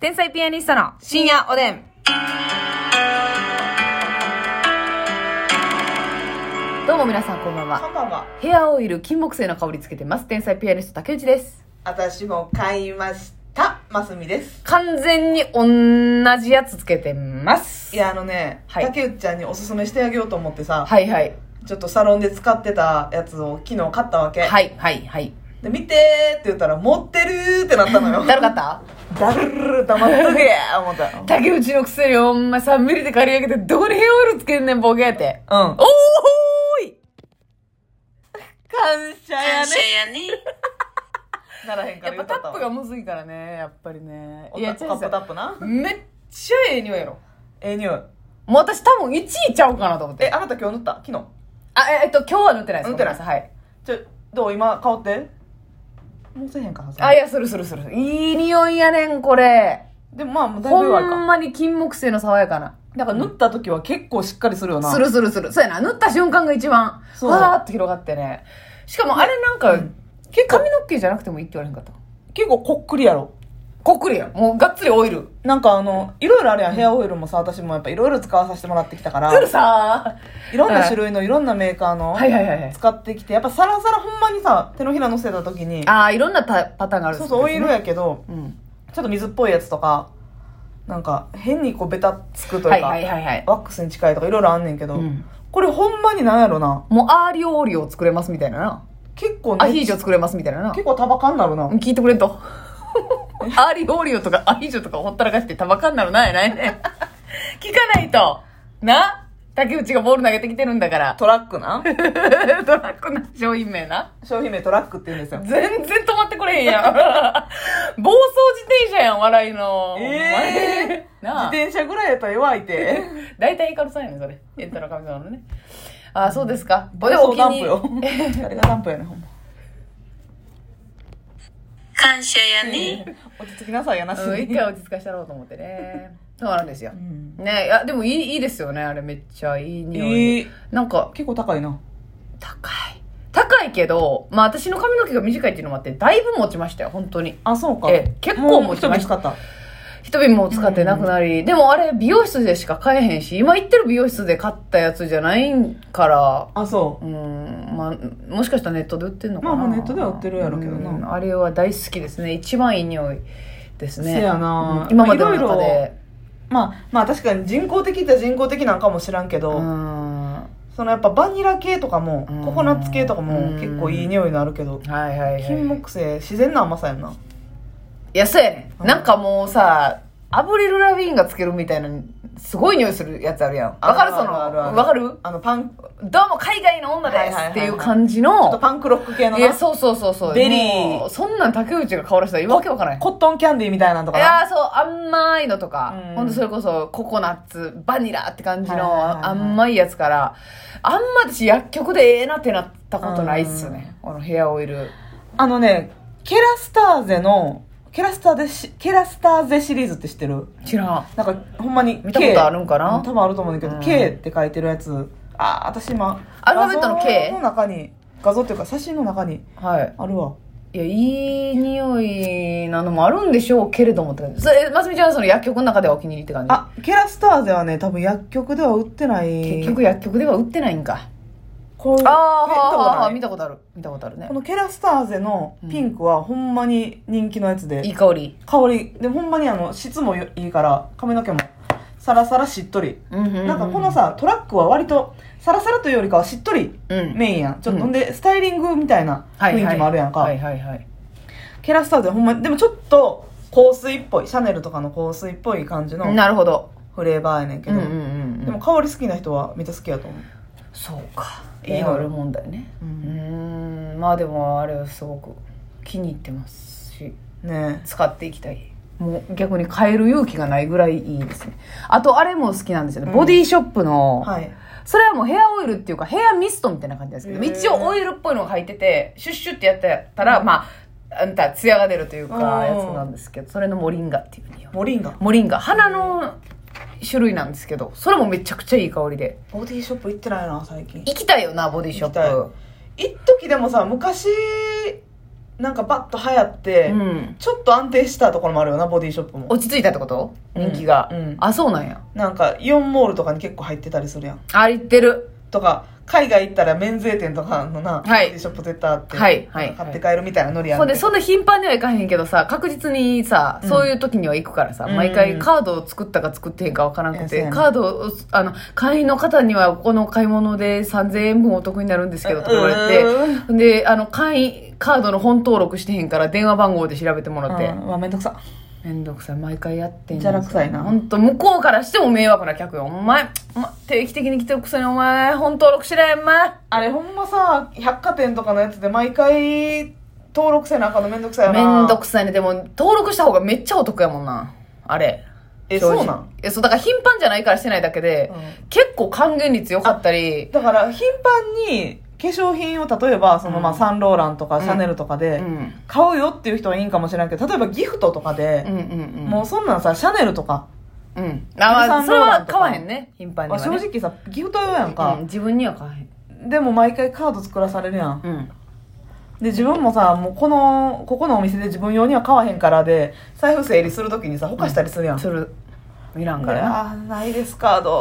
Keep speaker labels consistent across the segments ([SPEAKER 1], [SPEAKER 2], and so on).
[SPEAKER 1] 天才ピアニストの深夜おでん。どうも皆さんこんばん
[SPEAKER 2] こ
[SPEAKER 1] は。
[SPEAKER 2] んばんは。
[SPEAKER 1] ヘアオイル金木犀の香りつけてます。天才ピアニスト竹内です。
[SPEAKER 2] 私も買いました。ますみです。
[SPEAKER 1] 完全に同じやつつけてます。
[SPEAKER 2] いや、あのね、
[SPEAKER 1] はい
[SPEAKER 2] 竹内ちゃんにおすすめしてあげようと思ってさ、
[SPEAKER 1] はいはい。
[SPEAKER 2] ちょっとサロンで使ってたやつを昨日買ったわけ。
[SPEAKER 1] はいはいはい。
[SPEAKER 2] で、見てーって言ったら、持ってるーってなったのよ。
[SPEAKER 1] だるかった
[SPEAKER 2] だるるる黙っとけー思った。うん。
[SPEAKER 1] 竹内のくせにお前3ミリで借り上げてどこにヘアオイルつけんねんボケって。
[SPEAKER 2] お
[SPEAKER 1] おーい感謝やね。
[SPEAKER 2] ならへんか
[SPEAKER 1] やっ
[SPEAKER 2] らよ
[SPEAKER 1] ぱタ
[SPEAKER 2] かった
[SPEAKER 1] ップが
[SPEAKER 2] わ。
[SPEAKER 1] むずいからね、やっぱりね。
[SPEAKER 2] いや、
[SPEAKER 1] 違
[SPEAKER 2] カ
[SPEAKER 1] う
[SPEAKER 2] ッ
[SPEAKER 1] んです
[SPEAKER 2] プ
[SPEAKER 1] よ
[SPEAKER 2] タップな。
[SPEAKER 1] めっちゃええ匂いやろ。
[SPEAKER 2] ええ匂い。
[SPEAKER 1] もう私多分1位ちゃうかなと思っ
[SPEAKER 2] え、
[SPEAKER 1] て。
[SPEAKER 2] あなた今日塗った昨日。
[SPEAKER 1] あ、ええっと、今日は塗ってないです。
[SPEAKER 2] 塗ってない
[SPEAKER 1] ごめんさはい。
[SPEAKER 2] ちょ、どう今、香ってもうせえへんかな。
[SPEAKER 1] あ、いや、するするする。いい匂いやねん、これ。
[SPEAKER 2] でもまあ、もうだいぶ弱い
[SPEAKER 1] ほ
[SPEAKER 2] か
[SPEAKER 1] ん。まに金木犀の爽やかな。
[SPEAKER 2] だから塗った時は結構しっかりするよな。
[SPEAKER 1] するするする。そうやな。塗った瞬間が一番、
[SPEAKER 2] そう
[SPEAKER 1] わーって広がってね。しかもあれなんか、結構髪の毛じゃなくてもいいって言われへんかった。
[SPEAKER 2] 結構こっくりやろ。
[SPEAKER 1] こっくりやん。もうがっつりオイル。
[SPEAKER 2] なんかあの、いろいろあるやん。ヘアオイルもさ、私もやっぱいろいろ使わさせてもらってきたか
[SPEAKER 1] くる
[SPEAKER 2] ら、
[SPEAKER 1] さ
[SPEAKER 2] いろんな種類のいろんなメーカー
[SPEAKER 1] ー。
[SPEAKER 2] の
[SPEAKER 1] はいはいはいはい。
[SPEAKER 2] 使ってきて、やっぱサラサラほんまにさ、手のひら乗せた時に、
[SPEAKER 1] あー、いろんなタパターンがあるん
[SPEAKER 2] そ
[SPEAKER 1] で
[SPEAKER 2] う
[SPEAKER 1] す
[SPEAKER 2] そう、オイル
[SPEAKER 1] や。
[SPEAKER 2] やけど、
[SPEAKER 1] うん。
[SPEAKER 2] ちょっと水っぽいやつとか、なんか変にこうベタつくと
[SPEAKER 1] は
[SPEAKER 2] いう
[SPEAKER 1] い
[SPEAKER 2] か、
[SPEAKER 1] はいはいはい。
[SPEAKER 2] ワックスに近いとかいろいろあんねんけど、
[SPEAKER 1] うん
[SPEAKER 2] これほんまになんやろな。
[SPEAKER 1] もうアーリオオーリオを作れますみたいなな。
[SPEAKER 2] 結構ね、
[SPEAKER 1] アヒージョ作れますみたいなな。
[SPEAKER 2] 結構タバカになるな。
[SPEAKER 1] 聞いてくれんと。アーリオーリオとかアヒージョとかほったらかしてタバカになるなやないね。聞かないと。な竹内がボール投げてきてるんだから。
[SPEAKER 2] トラックな
[SPEAKER 1] ドラッグな商品名な。
[SPEAKER 2] 商品名トラックって言うんですよ。
[SPEAKER 1] 全然止まってくれへんやん。 暴走自転車やん、笑いの。
[SPEAKER 2] え
[SPEAKER 1] お前なあ
[SPEAKER 2] 自転車ぐらいやったら弱いて。
[SPEAKER 1] 大体イカルさんやねんそれ。エンタの神様のね。あ、そうですか。で
[SPEAKER 2] そう
[SPEAKER 1] お気
[SPEAKER 2] ダンプ
[SPEAKER 1] に
[SPEAKER 2] よ。 あれがダンプやねん、ほんま。
[SPEAKER 3] 感謝やね。
[SPEAKER 2] 落ち着きなさいやなし
[SPEAKER 1] うん、一
[SPEAKER 2] に。
[SPEAKER 1] 回落ち着かしてやろうと思ってね。そうなんですよ。
[SPEAKER 2] ん
[SPEAKER 1] ねいや、でもいい、いいですよね。あれめっちゃいい匂い。
[SPEAKER 2] いい
[SPEAKER 1] なんか、
[SPEAKER 2] 結構高いな。
[SPEAKER 1] 高い。高いけど、まあ私の髪の毛が短いっていうのもあって、だいぶ持ちましたよ、本当に。
[SPEAKER 2] あ、そうか。
[SPEAKER 1] ええ結構
[SPEAKER 2] も
[SPEAKER 1] 持
[SPEAKER 2] う
[SPEAKER 1] ち
[SPEAKER 2] 一
[SPEAKER 1] ま
[SPEAKER 2] 目
[SPEAKER 1] し
[SPEAKER 2] 使った。
[SPEAKER 1] 一瓶も使ってなくなり、でもあれ美容室でしか買えへんし、今行ってる美容室で買ったやつじゃないから、
[SPEAKER 2] あ、そうう。
[SPEAKER 1] ん、まあ、もしかしたらネットで売ってんのかな。
[SPEAKER 2] まあまあネットでは売ってるやろうけどな
[SPEAKER 1] うんあれは大好きですね。一番いい匂いですね。
[SPEAKER 2] せやな
[SPEAKER 1] うん今までの中
[SPEAKER 2] いろい
[SPEAKER 1] で。
[SPEAKER 2] まあ、まあ確かに人工的って人工的なんかも知らんけど、
[SPEAKER 1] うん
[SPEAKER 2] そのやっぱバニラ系とかも
[SPEAKER 1] うん、
[SPEAKER 2] ココナッツ系とかも
[SPEAKER 1] うん
[SPEAKER 2] 結構いい匂いのあるけど、
[SPEAKER 1] はいはいはい。
[SPEAKER 2] 金木犀、自然な甘さやんな。
[SPEAKER 1] いや、そうやね、。
[SPEAKER 2] うんん
[SPEAKER 1] なんかもうさ、アブリル・ラビーンがつけるみたいな、すごい匂いするやつあるやん。わかる
[SPEAKER 2] あ
[SPEAKER 1] その、
[SPEAKER 2] ああ
[SPEAKER 1] わかる
[SPEAKER 2] あの、パン、ちょ
[SPEAKER 1] どうも海外の女
[SPEAKER 2] はい
[SPEAKER 1] で
[SPEAKER 2] はい
[SPEAKER 1] す
[SPEAKER 2] はいはい
[SPEAKER 1] っていう感じ
[SPEAKER 2] っと
[SPEAKER 1] の。
[SPEAKER 2] パンクロック系の
[SPEAKER 1] いや、
[SPEAKER 2] な。
[SPEAKER 1] そうそうそうそう。
[SPEAKER 2] ベリー
[SPEAKER 1] もうそんなん竹内が顔出したらわけわからない。
[SPEAKER 2] コットンキャンディーみたいなのと
[SPEAKER 1] い
[SPEAKER 2] かな。
[SPEAKER 1] やーそう、甘いのとか、
[SPEAKER 2] うん
[SPEAKER 1] ほんとそれこそココナッツ、バニラって感じ
[SPEAKER 2] はいはいはい
[SPEAKER 1] の
[SPEAKER 2] はい
[SPEAKER 1] 甘いやつから、あんま私薬局でええなってなったことないっすよね。このヘアオイル。
[SPEAKER 2] あのね、ケラスターゼの、ケラスターゼし、ケラスターゼシリーズって知ってる
[SPEAKER 1] 知らん。
[SPEAKER 2] なんか、ほんまに K。
[SPEAKER 1] 見たことあるんかな
[SPEAKER 2] う多分あると思うんだけ
[SPEAKER 1] う
[SPEAKER 2] ど、
[SPEAKER 1] ん
[SPEAKER 2] K って書いてるやつ。あー、私今。
[SPEAKER 1] アルファベットの K？
[SPEAKER 2] 画像の中に、画像っていうか写真の中に
[SPEAKER 1] はい。
[SPEAKER 2] あるわ。
[SPEAKER 1] いや、いい匂いなのもあるんでしょうけれどもって感じ。それ、ますみちゃんはその薬局の中ではお気に入りって感じ
[SPEAKER 2] あ、ケラスターゼはね、多分薬局では売ってない。
[SPEAKER 1] 結局薬局では売ってないんか。
[SPEAKER 2] こういう、
[SPEAKER 1] ああ、はあ、はあ、
[SPEAKER 2] 見
[SPEAKER 1] 見
[SPEAKER 2] たこ
[SPEAKER 1] たことある。見たことある
[SPEAKER 2] とない
[SPEAKER 1] ね
[SPEAKER 2] こ。のケラスターゼのピンクはほんまに人気のやつで、
[SPEAKER 1] いい香り。
[SPEAKER 2] 香り、で、ほんまにあの、質もよいいから、髪の毛もサラサラしっとり。
[SPEAKER 1] うん、うん。
[SPEAKER 2] なんかこの、さ、トラックは割と、サラサラというよりかはしっとり
[SPEAKER 1] うん。
[SPEAKER 2] メインやん。ちょっと、ほんで、スタイリングみたいな
[SPEAKER 1] はい
[SPEAKER 2] 雰囲気もあるやんか。
[SPEAKER 1] はいはいはい。
[SPEAKER 2] ケラスターズほんまに、でもちょっと香水っぽい、シャネルとかの香水っぽい感じの
[SPEAKER 1] なるほど。
[SPEAKER 2] フレーバーやねんけ
[SPEAKER 1] うん
[SPEAKER 2] ど、
[SPEAKER 1] うんうん。
[SPEAKER 2] でも、香り好きな人はめっちゃ好きやと思う。
[SPEAKER 1] そうか。
[SPEAKER 2] いい
[SPEAKER 1] ヘ
[SPEAKER 2] よ
[SPEAKER 1] アオイル問題ね。う。
[SPEAKER 2] うん
[SPEAKER 1] んまあでも、あれはすごく気に入ってますし、
[SPEAKER 2] ね
[SPEAKER 1] 使っていきたい。もう逆に変える勇気がないぐらいいいですね。あと、あれも好きなんですよね。
[SPEAKER 2] うん
[SPEAKER 1] ボディショップの、
[SPEAKER 2] え。はい。
[SPEAKER 1] それはもうヘアオイルっていうかヘアミストみたいな感じなんですけど、
[SPEAKER 2] へー
[SPEAKER 1] 一応オイルっぽいのが入ってて、シュッシュってやってたら、まあ、あんた、ツヤが出るというか、
[SPEAKER 2] うん
[SPEAKER 1] やつなんですけど、それのモリンガっていう匂い。
[SPEAKER 2] モリンガ。
[SPEAKER 1] モリンガ、花の種類なんですけど、それもめちゃくちゃいい香りで。
[SPEAKER 2] ボディショップ行ってないな、最近。
[SPEAKER 1] 行きたいよな、ボディショ
[SPEAKER 2] 行きたい
[SPEAKER 1] ップ。
[SPEAKER 2] 一時でもさ、昔、なんかバッと流行って、
[SPEAKER 1] うん。
[SPEAKER 2] ちょっと安定したところもあるよなボディショップも
[SPEAKER 1] 落ち着いたってこと人気が、
[SPEAKER 2] うんうん
[SPEAKER 1] あ、そうなんや。
[SPEAKER 2] なんかイオンモールとかに結構入ってたりするやん
[SPEAKER 1] あ、言ってる。
[SPEAKER 2] とか海外行ったら免税店とかのな、
[SPEAKER 1] はい
[SPEAKER 2] ボディショップ絶対あって、
[SPEAKER 1] はいはい
[SPEAKER 2] 買って帰るみたいなノリやん
[SPEAKER 1] ほんで、そんな頻繁にはいかへんけどさ、確実にさ、
[SPEAKER 2] うん
[SPEAKER 1] そういう時には行くからさ、
[SPEAKER 2] うん
[SPEAKER 1] 毎回カードを作ったか作ってへんかわからなく
[SPEAKER 2] そうや
[SPEAKER 1] て、
[SPEAKER 2] ね
[SPEAKER 1] カードを、あの、会員の方には、この買い物で3000円分お得になるんですけど、とか言われ
[SPEAKER 2] う
[SPEAKER 1] て、ほんで、あの、会員、カードの本登録してへんから、電話番号で調べてもらって
[SPEAKER 2] う、んうわめんどくさ
[SPEAKER 1] めんどくさい、毎回やってん
[SPEAKER 2] じゃらくさいな
[SPEAKER 1] ほんと、向こうからしても迷惑な客よ。お前、お前定期的に来てるくせに、お前、本登録しろよ、お前。
[SPEAKER 2] あれほんまさ百貨店とかのやつで毎回登録せなあかんのめんどくさいよ
[SPEAKER 1] め
[SPEAKER 2] なん
[SPEAKER 1] どくさいね。でも、登録した方がめっちゃお得やもんな。あれ。
[SPEAKER 2] え
[SPEAKER 1] 正直
[SPEAKER 2] そうなん
[SPEAKER 1] え、そう、だから頻繁じゃないからしてないだけで、
[SPEAKER 2] うん
[SPEAKER 1] 結構還元率良かったり、
[SPEAKER 2] だから頻繁に化粧品を例えばその、まあ、
[SPEAKER 1] うん
[SPEAKER 2] サンローランとか
[SPEAKER 1] ん
[SPEAKER 2] シャネルとか
[SPEAKER 1] う
[SPEAKER 2] で
[SPEAKER 1] ん。
[SPEAKER 2] 買うよっていう人はいいんかもしれないけど例えばギフトとか
[SPEAKER 1] うんう
[SPEAKER 2] で、
[SPEAKER 1] んうん。
[SPEAKER 2] もうそんなんさシャネルとか
[SPEAKER 1] うん。あ、まあ、
[SPEAKER 2] 13
[SPEAKER 1] それは買
[SPEAKER 2] ローランとか
[SPEAKER 1] わへんね。頻繁に
[SPEAKER 2] は
[SPEAKER 1] は、ね。
[SPEAKER 2] 正直さギフト用やん
[SPEAKER 1] う
[SPEAKER 2] か
[SPEAKER 1] ん、、自分には買わへん。
[SPEAKER 2] でも毎回カード作らされるやん
[SPEAKER 1] うん。
[SPEAKER 2] で自分もさもうこのここのお店で自分用には買わへんからで財布整理するときにさほかしたりするやん、
[SPEAKER 1] それ、いらん
[SPEAKER 2] あ
[SPEAKER 1] からな。
[SPEAKER 2] あーないですカードお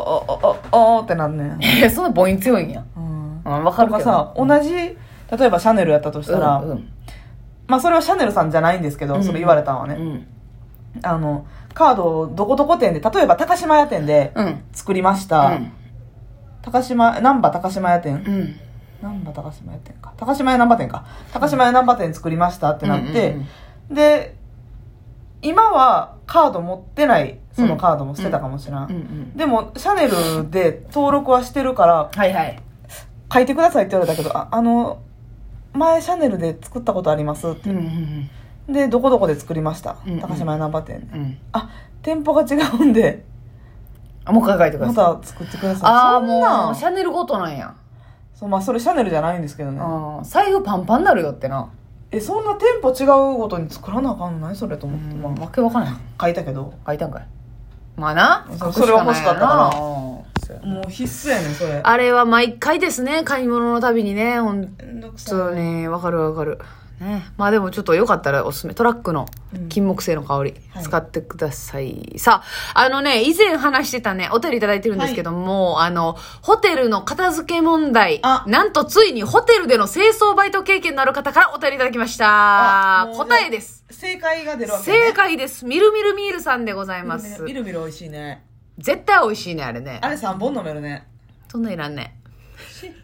[SPEAKER 2] おおおーってなんねん、
[SPEAKER 1] え、そんな母音強いんや。
[SPEAKER 2] うん
[SPEAKER 1] うん、わか
[SPEAKER 2] と
[SPEAKER 1] るけ
[SPEAKER 2] か
[SPEAKER 1] ど。
[SPEAKER 2] さ同じ例えばシャネルやったとしたら、
[SPEAKER 1] うんうん
[SPEAKER 2] まあそれはシャネルさんじゃないんですけど、
[SPEAKER 1] うん
[SPEAKER 2] それ言われたのは
[SPEAKER 1] う
[SPEAKER 2] ね、
[SPEAKER 1] ん。
[SPEAKER 2] あのカードをどこどこ店で例えば高島屋店で
[SPEAKER 1] うん。
[SPEAKER 2] 作りまし
[SPEAKER 1] う
[SPEAKER 2] た、
[SPEAKER 1] ん。
[SPEAKER 2] 高島難波高島屋店、
[SPEAKER 1] うん。
[SPEAKER 2] なんば高島屋店か。高島屋なんば店か。高島屋なんば店作りましたってなって、
[SPEAKER 1] うんうん
[SPEAKER 2] で、今はカード持ってない、そのカードも捨てたかもしれん。
[SPEAKER 1] うんうん。
[SPEAKER 2] でも、シャネルで登録はしてるから、
[SPEAKER 1] はいはい。
[SPEAKER 2] 書いてくださいって言われたけど、ああの、前シャネルで作ったことありますって。
[SPEAKER 1] うんうん
[SPEAKER 2] で、どこどこで作りました
[SPEAKER 1] うんうん。
[SPEAKER 2] 高島屋なんば店。
[SPEAKER 1] うん。うん。
[SPEAKER 2] あ、店舗が違うんで、
[SPEAKER 1] あ、もう一回書いてくだ
[SPEAKER 2] ま
[SPEAKER 1] さい。
[SPEAKER 2] た作ってください。
[SPEAKER 1] ああ、
[SPEAKER 2] そんな
[SPEAKER 1] もう、シャネルごとなんや。
[SPEAKER 2] そう、まあ、それシャネルじゃないんですけどね。
[SPEAKER 1] あー財布パンパンになるよってな。
[SPEAKER 2] え、そんな店舗違うごとに作らなあかんのないそれと思って。まあ
[SPEAKER 1] わけわからんない。
[SPEAKER 2] 書いたけど
[SPEAKER 1] 書いたんかい。まあな。
[SPEAKER 2] そう
[SPEAKER 1] 書くないや
[SPEAKER 2] それは欲しかったから
[SPEAKER 1] うん
[SPEAKER 2] もう必須やねんそれ
[SPEAKER 1] あれは毎回ですね、買い物のたびにね。ほん
[SPEAKER 2] めんどく
[SPEAKER 1] とね、わかるわかる。ね。まあでもちょっとよかったらおすすめ。トラックの
[SPEAKER 2] うん
[SPEAKER 1] 金木犀の香り、
[SPEAKER 2] はい
[SPEAKER 1] 使ってください。さあ、あのね、以前話してたね、お便りいただいてるんですけども、あの、ホテルの片付け問題
[SPEAKER 2] あ。
[SPEAKER 1] なんとついにホテルでの清掃バイト経験のある方からお便りいただきました
[SPEAKER 2] あ。もう
[SPEAKER 1] 答えです。
[SPEAKER 2] 正解が出るわけ、ね、
[SPEAKER 1] 正解です。みるみるみーるさんでございます
[SPEAKER 2] み。るみる美味しいね
[SPEAKER 1] 絶対美味しいね、あれね。
[SPEAKER 2] あれ3本飲めるね
[SPEAKER 1] そんなんいらんね。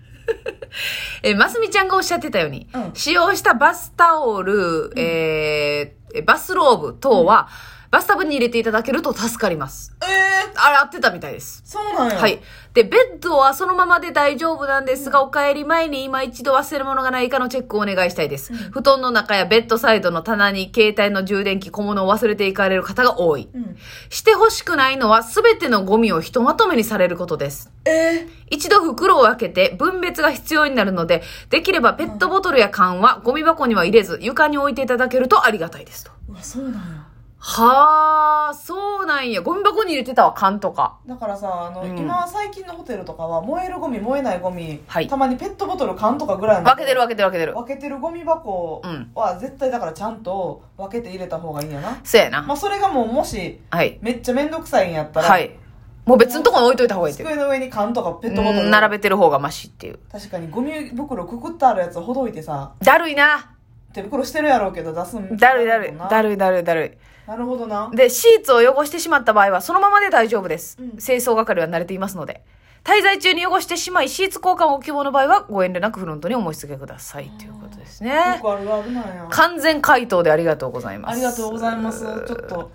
[SPEAKER 1] え、ますみちゃんがおっしゃってたように、
[SPEAKER 2] うん
[SPEAKER 1] 使用したバスタオル、えーバスローブ等は、バスタブに入れていただけると助かります。
[SPEAKER 2] ええー、
[SPEAKER 1] あれ、合ってたみたいです。
[SPEAKER 2] そうなんや
[SPEAKER 1] はい。で、ベッドはそのままで大丈夫なんですが、お帰り前に今一度忘れ物がないかのチェックをお願いしたいです。布団の中やベッドサイドの棚に携帯の充電器、小物を忘れていかれる方が多い。
[SPEAKER 2] うん、
[SPEAKER 1] してほしくないのは、すべてのゴミをひとまとめにされることです。
[SPEAKER 2] え
[SPEAKER 1] 一度袋を開けて分別が必要になるので、できればペットボトルや缶はゴミ箱には入れず、床に置いていただけるとありがたいですと。
[SPEAKER 2] ー、うわそうなんや
[SPEAKER 1] はあ、そうなんや。ゴミ箱に入れてたわ、缶とか。
[SPEAKER 2] だからさあの、
[SPEAKER 1] うん
[SPEAKER 2] 今最近のホテルとかは燃えるゴミ燃えないゴミ、
[SPEAKER 1] はい
[SPEAKER 2] たまにペットボトル缶とかぐらいの
[SPEAKER 1] 分けてる分けてる分けてる。
[SPEAKER 2] 分けてるゴミ箱
[SPEAKER 1] うん
[SPEAKER 2] は絶対だからちゃんと分けて入れた方がいいんやな、
[SPEAKER 1] せやな。
[SPEAKER 2] まあそれがもうもし
[SPEAKER 1] はい。
[SPEAKER 2] めっちゃめんどくさいんやったら、
[SPEAKER 1] はい。もう別のとこに置いといた方がいいっていう。
[SPEAKER 2] 机の上に缶とかペットボト
[SPEAKER 1] う
[SPEAKER 2] ル
[SPEAKER 1] ん並べてる方がマシっていう。
[SPEAKER 2] 確かにゴミ袋くくってあるやつをほどいてさ
[SPEAKER 1] だるいな。
[SPEAKER 2] 手袋してるやろうけど出すん
[SPEAKER 1] だるいだるい。だ
[SPEAKER 2] る
[SPEAKER 1] るいだるいだる。
[SPEAKER 2] なるほどない
[SPEAKER 1] で、シーツを汚してしまった場合は、そのままで大丈夫です。
[SPEAKER 2] うん
[SPEAKER 1] 清掃係は慣れていますので。滞在中に汚してしまい、シーツ交換をご希望の場合は、ご遠慮なくフロントにお申し付けください。ということです
[SPEAKER 2] よ
[SPEAKER 1] ね。
[SPEAKER 2] くあるあるなんや
[SPEAKER 1] 完全回答でありがとうございます。
[SPEAKER 2] ありがとうございますちょっと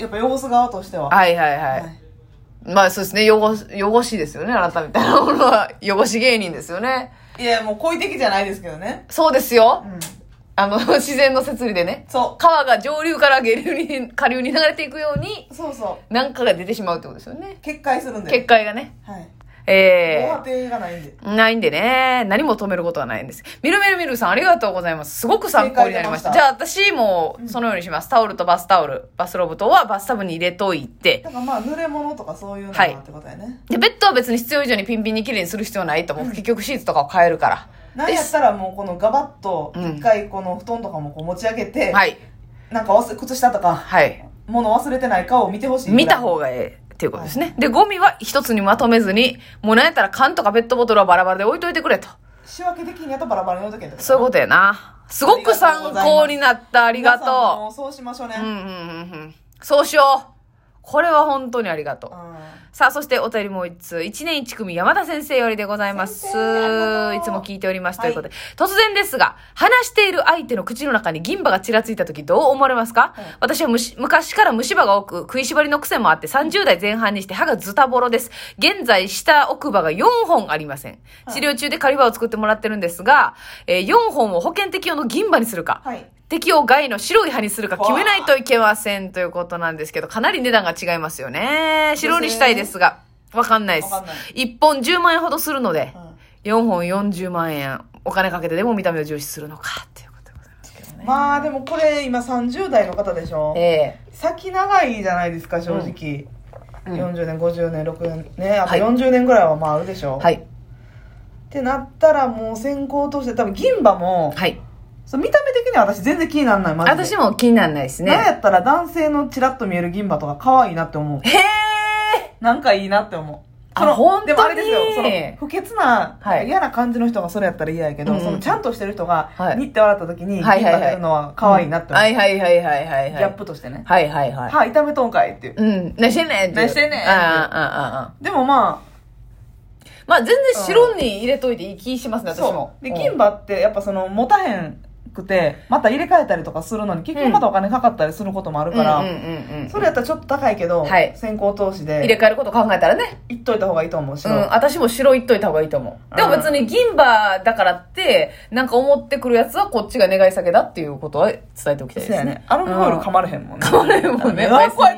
[SPEAKER 2] やっぱ汚す側としては
[SPEAKER 1] はいはいはい。
[SPEAKER 2] はい
[SPEAKER 1] まあそうですね、汚し、汚しですよね、あなたみたいなものは。汚し芸人ですよね。
[SPEAKER 2] いやもう好意的じゃないですけどね
[SPEAKER 1] そうですよ
[SPEAKER 2] う。ん
[SPEAKER 1] あの、 自然の摂理でね。
[SPEAKER 2] そ
[SPEAKER 1] 川が上流から下流に、下流に流れていくように、
[SPEAKER 2] うそうそ
[SPEAKER 1] なんかが出てしまうってことですよね
[SPEAKER 2] う。決壊するんで
[SPEAKER 1] 結界がね。
[SPEAKER 2] はい
[SPEAKER 1] ええ
[SPEAKER 2] 防波堤がないんで
[SPEAKER 1] ないんでね。何も止めることはないんです。みるみるみるさん、ありがとうございます。すごく参考になりました。
[SPEAKER 2] 正解出ました
[SPEAKER 1] じゃあ、私も、そのようにします。タオルとバスタオル、バスローブとはバスタブに入れといて。
[SPEAKER 2] だからまあ濡れ物とかそういうの
[SPEAKER 1] はい
[SPEAKER 2] がってことやね
[SPEAKER 1] で、ベッドは別に必要以上にピンピンに綺麗にする必要ないと思う。結局シーツとかを変えるから。
[SPEAKER 2] なんやったらもうこのガバッと
[SPEAKER 1] うん
[SPEAKER 2] 一回この布団とかもこう持ち上げて、
[SPEAKER 1] はい。
[SPEAKER 2] なんか忘れ靴下とか
[SPEAKER 1] はい。
[SPEAKER 2] 物忘れてないかを見てほしい
[SPEAKER 1] 見た方
[SPEAKER 2] が
[SPEAKER 1] がええっていうことですね。で、ゴミは一つにまとめずに、もうなんやったら缶とかペットボトルはバラバラで置いといてくれと。
[SPEAKER 2] 仕分け的にやとバラバラの時やった
[SPEAKER 1] そういうことやな。すごく参考になった。あ
[SPEAKER 2] あ
[SPEAKER 1] りがと
[SPEAKER 2] うそうしましょうね、
[SPEAKER 1] う。う
[SPEAKER 2] うんん
[SPEAKER 1] うんうんうん。そうしよう。これは本当にありがとう。さあ、そしてお便りもう一通、一年一組山田先生よりでございます。い
[SPEAKER 2] 先生ありがとう
[SPEAKER 1] つも聞いておりますと
[SPEAKER 2] はいいう
[SPEAKER 1] ことで、突然ですが、話している相手の口の中に銀歯がちらついた時どう思われますか、
[SPEAKER 2] うん
[SPEAKER 1] 私は虫昔から虫歯が多く、食いしばりの癖もあって30代前半にして歯がズタボロです。現在、下奥歯が4本ありません。治療中で仮歯を作ってもらってるんですが、えー4本を保険適用の銀歯にするか、
[SPEAKER 2] はい
[SPEAKER 1] 適用外の白い歯にするか決めないといけませんということなんですけど、かなり値段が違いますよね。白にしたいですが、わかんないです
[SPEAKER 2] わかんない。
[SPEAKER 1] 1本10万円ほどするので
[SPEAKER 2] う、ん
[SPEAKER 1] 4本40万円、お金かけてでも見た目を重視するのか、っていうことでございますけどね。
[SPEAKER 2] まあでもこれ今30代の方でしょ
[SPEAKER 1] え
[SPEAKER 2] 先長いじゃないですか正直、
[SPEAKER 1] うんうん
[SPEAKER 2] 40年50年60年ねあと
[SPEAKER 1] はい
[SPEAKER 2] 40年ぐらいはまああるでしょ、
[SPEAKER 1] えはい。
[SPEAKER 2] ってなったらもう先行として多分銀歯も、
[SPEAKER 1] はい。
[SPEAKER 2] そう見た目的には私全然気にならないマジで
[SPEAKER 1] 私も気にならないです
[SPEAKER 2] なんや
[SPEAKER 1] ね。
[SPEAKER 2] ったら男性のチラッと見える銀歯とか可愛いなって思う
[SPEAKER 1] へえ
[SPEAKER 2] なんかいいなって思う
[SPEAKER 1] あ
[SPEAKER 2] その
[SPEAKER 1] 本当に
[SPEAKER 2] でもあれですよその不潔な、
[SPEAKER 1] はい
[SPEAKER 2] 嫌な感じの人がそれやったら嫌やけ
[SPEAKER 1] う
[SPEAKER 2] ど、
[SPEAKER 1] んうん
[SPEAKER 2] そのちゃんとしてる人が、
[SPEAKER 1] はい
[SPEAKER 2] にって笑った時に銀
[SPEAKER 1] は
[SPEAKER 2] 歯
[SPEAKER 1] いはいはい
[SPEAKER 2] 出るのは可愛いなって思う、
[SPEAKER 1] はいはいはいはいはいはい。
[SPEAKER 2] ギャップとしてね、
[SPEAKER 1] はいはいはい。
[SPEAKER 2] 歯痛めとんかいっていう、
[SPEAKER 1] うん。何してんねんっていう
[SPEAKER 2] 何してんねんってい
[SPEAKER 1] あ
[SPEAKER 2] う
[SPEAKER 1] あ、ああ、ああ。
[SPEAKER 2] でもまあ
[SPEAKER 1] まあ全然白に入れといていい気しますね、私
[SPEAKER 2] そ
[SPEAKER 1] も。
[SPEAKER 2] うで
[SPEAKER 1] うん
[SPEAKER 2] 銀歯ってやっぱその持たへんくてまた入れ替えたりとかするのに結局またお金かかったりすることもあるから、
[SPEAKER 1] うんうんうんうん
[SPEAKER 2] それやったらちょっと高いけど、
[SPEAKER 1] はい
[SPEAKER 2] 先行投資
[SPEAKER 1] 入れ
[SPEAKER 2] で
[SPEAKER 1] 替えること考えたらね、
[SPEAKER 2] いっといた方がいいと思うし、
[SPEAKER 1] うん、私も白いっといた方がいいと思うでも別に銀歯だからってなんか思ってくるやつはこっちが願い下げだっていうことは伝えておきたい
[SPEAKER 2] そ
[SPEAKER 1] です
[SPEAKER 2] うや
[SPEAKER 1] ね
[SPEAKER 2] ねアルミホイル噛まれへんもんね、
[SPEAKER 1] 噛まれへんもんね
[SPEAKER 2] うわ怖い